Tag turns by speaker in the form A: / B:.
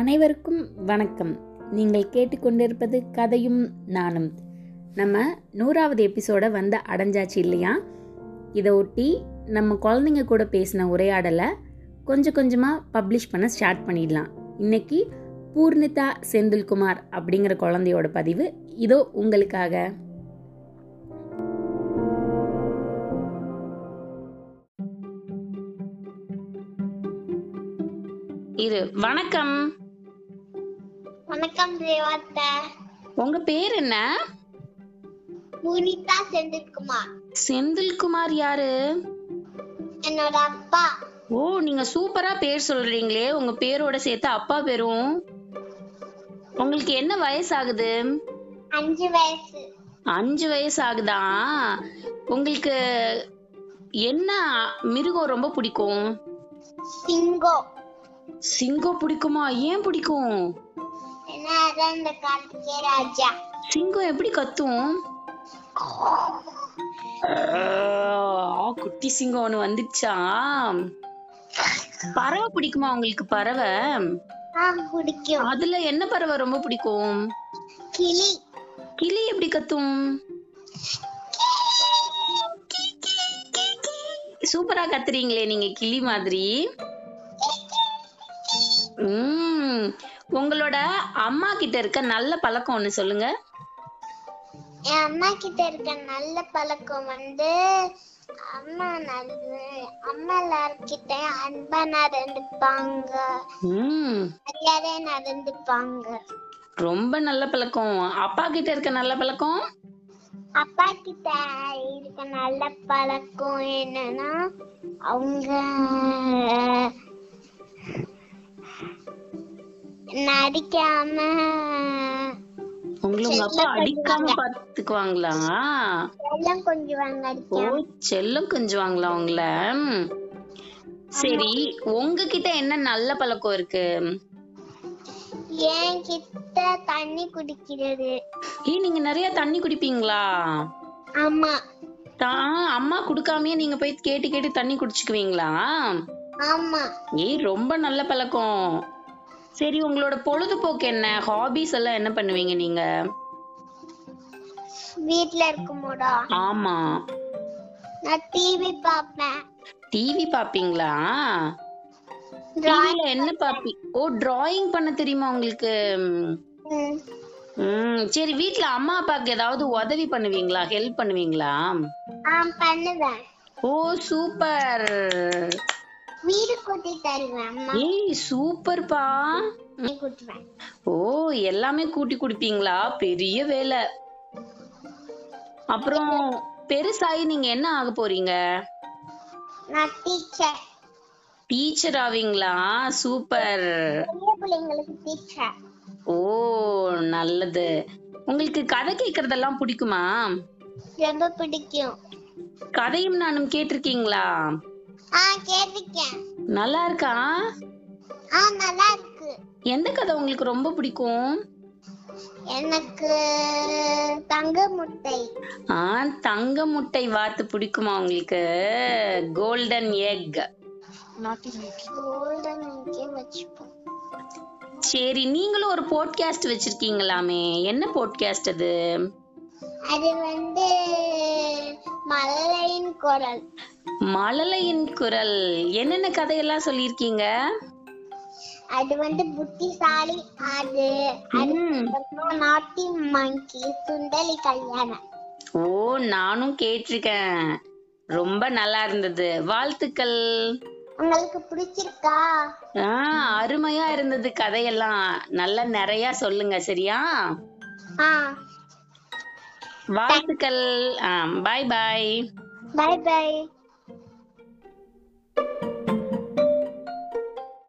A: அனைவருக்கும் வணக்கம் நீங்கள் கேட்டுக்கொண்டிருப்பது கதையும் நானும் நம்ம நூறாவது எபிசோட வந்து அடைஞ்சாச்சு இல்லையா இதை ஒட்டி நம்ம குழந்தைங்க கூட பேசின உரையாடலை கொஞ்சம் கொஞ்சமாக பப்ளிஷ் பண்ண ஸ்டார்ட் பண்ணிடலாம் இன்னைக்கு பூர்ணிதா செந்தில்குமார் அப்படிங்கிற குழந்தையோட பதிவு இதோ உங்களுக்காக இது வணக்கம்
B: வணக்கம் தேவாத்தா
A: உங்க பேர் என்ன
B: புனிதா செந்தில்குமார்
A: செந்தில்குமார் யாரு
B: என்னோட அப்பா
A: ஓ நீங்க சூப்பரா பேர் சொல்றீங்களே உங்க பேரோட சேர்த்து அப்பா பேரும் உங்களுக்கு என்ன வயசு ஆகுது
B: அஞ்சு வயசு
A: அஞ்சு வயசு ஆகுதா உங்களுக்கு என்ன மிருகம் ரொம்ப பிடிக்கும்
B: சிங்கம்
A: சிங்கம் பிடிக்குமா ஏன் பிடிக்கும்
B: ஏன்னா அதான் இந்த காலத்துக்கே ராஜா
A: சிங்கம் எப்படி கத்தும் ஆ, குட்டி சிங்கம் ஒண்ணு வந்துச்சா பறவை பிடிக்குமா உங்களுக்கு பறவை
B: ஆ பிடிக்கும்
A: அதுல என்ன பறவை ரொம்ப பிடிக்கும்
B: கிளி
A: கிளி எப்படி கத்தும் சூப்பரா கத்துறீங்களே நீங்க கிளி மாதிரி உம் உங்களோட அம்மா கிட்ட இருக்க நல்ல பழக்கம் ஒண்ணு சொல்லுங்க
B: என் அம்மா கிட்ட இருக்க நல்ல பழக்கம் வந்து அம்மா நல்ல அம்மா எல்லார்கிட்ட அன்பா நடந்துப்பாங்க
A: உம்
B: மரியாதையா நடந்துப்பாங்க
A: ரொம்ப நல்ல பழக்கம் அப்பா கிட்ட இருக்க நல்ல பழக்கம்
B: அப்பா கிட்ட இருக்க நல்ல பழக்கம் என்னன்னா அவங்க நடிக்காம
A: உங்களை உங்க அப்பா அடிக்காம பாத்துக்குவாங்களா
B: எல்லாம் கொஞ்சம்
A: ஓ
B: நடிக்காம
A: செல்லம் கொஞ்சுவாங்களா உங்கள சரி உங்ககிட்ட என்ன நல்ல பழக்கம் இருக்கு
B: என் கிட்ட தண்ணி குடிக்கிறது
A: ஏய் நீங்க நிறைய தண்ணி குடிப்பீங்களா
B: ஆமா
A: தான் அம்மா குடுக்காமயே நீங்க போய் கேட்டு கேட்டு தண்ணி குடிச்சுக்குவீங்களா
B: ஆமா
A: ஏய் ரொம்ப நல்ல பழக்கம் சரி உங்களோட பொழுதுபோக்கு என்ன ஹாபிஸ் எல்லாம் என்ன பண்ணுவீங்க நீங்க
B: வீட்ல இருக்கும்போதா
A: ஆமா
B: நான் டிவி பார்ப்பேன்
A: டிவி பாப்பீங்களா
B: drawing
A: டிவில என்ன பாப்பி ஓ டிராயிங் பண்ண தெரியுமா உங்களுக்கு
B: ம்.
A: ம் சரி வீட்ல அம்மா அப்பாக்கு ஏதாவது உதவி பண்ணுவீங்களா ஹெல்ப் பண்ணுவீங்களா
B: ஆ பண்ணுவேன்
A: ஓ சூப்பர்
B: வீடு கூட்டி தருவேன் அம்மா
A: ஏய் சூப்பர்ப்பா
B: கூட்டுவேன்
A: ஓ எல்லாமே கூட்டி கொடுப்பீங்களா பெரிய வேலை அப்புறம் பெருசாயி நீங்க என்ன ஆக போறீங்க
B: நான் டீச்சர்
A: டீச்சர் ஆவீங்களா சூப்பர்
B: பெரிய பிள்ளைங்களுக்கு டீச்சர்
A: ஓ நல்லது உங்களுக்கு கதை கேக்குறதெல்லாம் பிடிக்குமா
B: ரொம்ப பிடிக்கும்
A: கதையும் நானும் கேட்டிருக்கீங்களா
B: ஆ கேட்டிருக்கேன்
A: நல்லா இருக்கா
B: ஆ நல்லா இருக்கு
A: எந்த கதை உங்களுக்கு ரொம்ப பிடிக்கும்
B: எனக்கு தங்க முட்டை
A: ஆ தங்க முட்டை வாத்து பிடிக்குமா உங்களுக்கு கோல்டன் எக்
B: கோல்டன் இங்கே வச்சுப்போம்
A: சரி நீங்களும் ஒரு போட்காஸ்ட் வச்சிருக்கீங்களாமே என்ன போட்காஸ்ட் அது
B: அது வந்து மலையின் குரல்
A: மழலையின் குரல் என்னென்ன கதையெல்லாம் சொல்லியிருக்கீங்க
B: அது வந்து புத்திசாலி அது
A: ம்.
B: அதுக்கப்புறம் நாட்டி மங்கி சுண்டலி கல்யாணம்
A: ஓ நானும் கேட்டிருக்கேன் ரொம்ப நல்லா இருந்தது வாழ்த்துக்கள்
B: உங்களுக்கு பிடிச்சிருக்கா
A: ஆ அருமையா இருந்தது கதையெல்லாம் நல்லா நிறைய சொல்லுங்க சரியா
B: ஆ
A: வாழ்த்துக்கள் ஆ பாய் பாய்
B: பை பை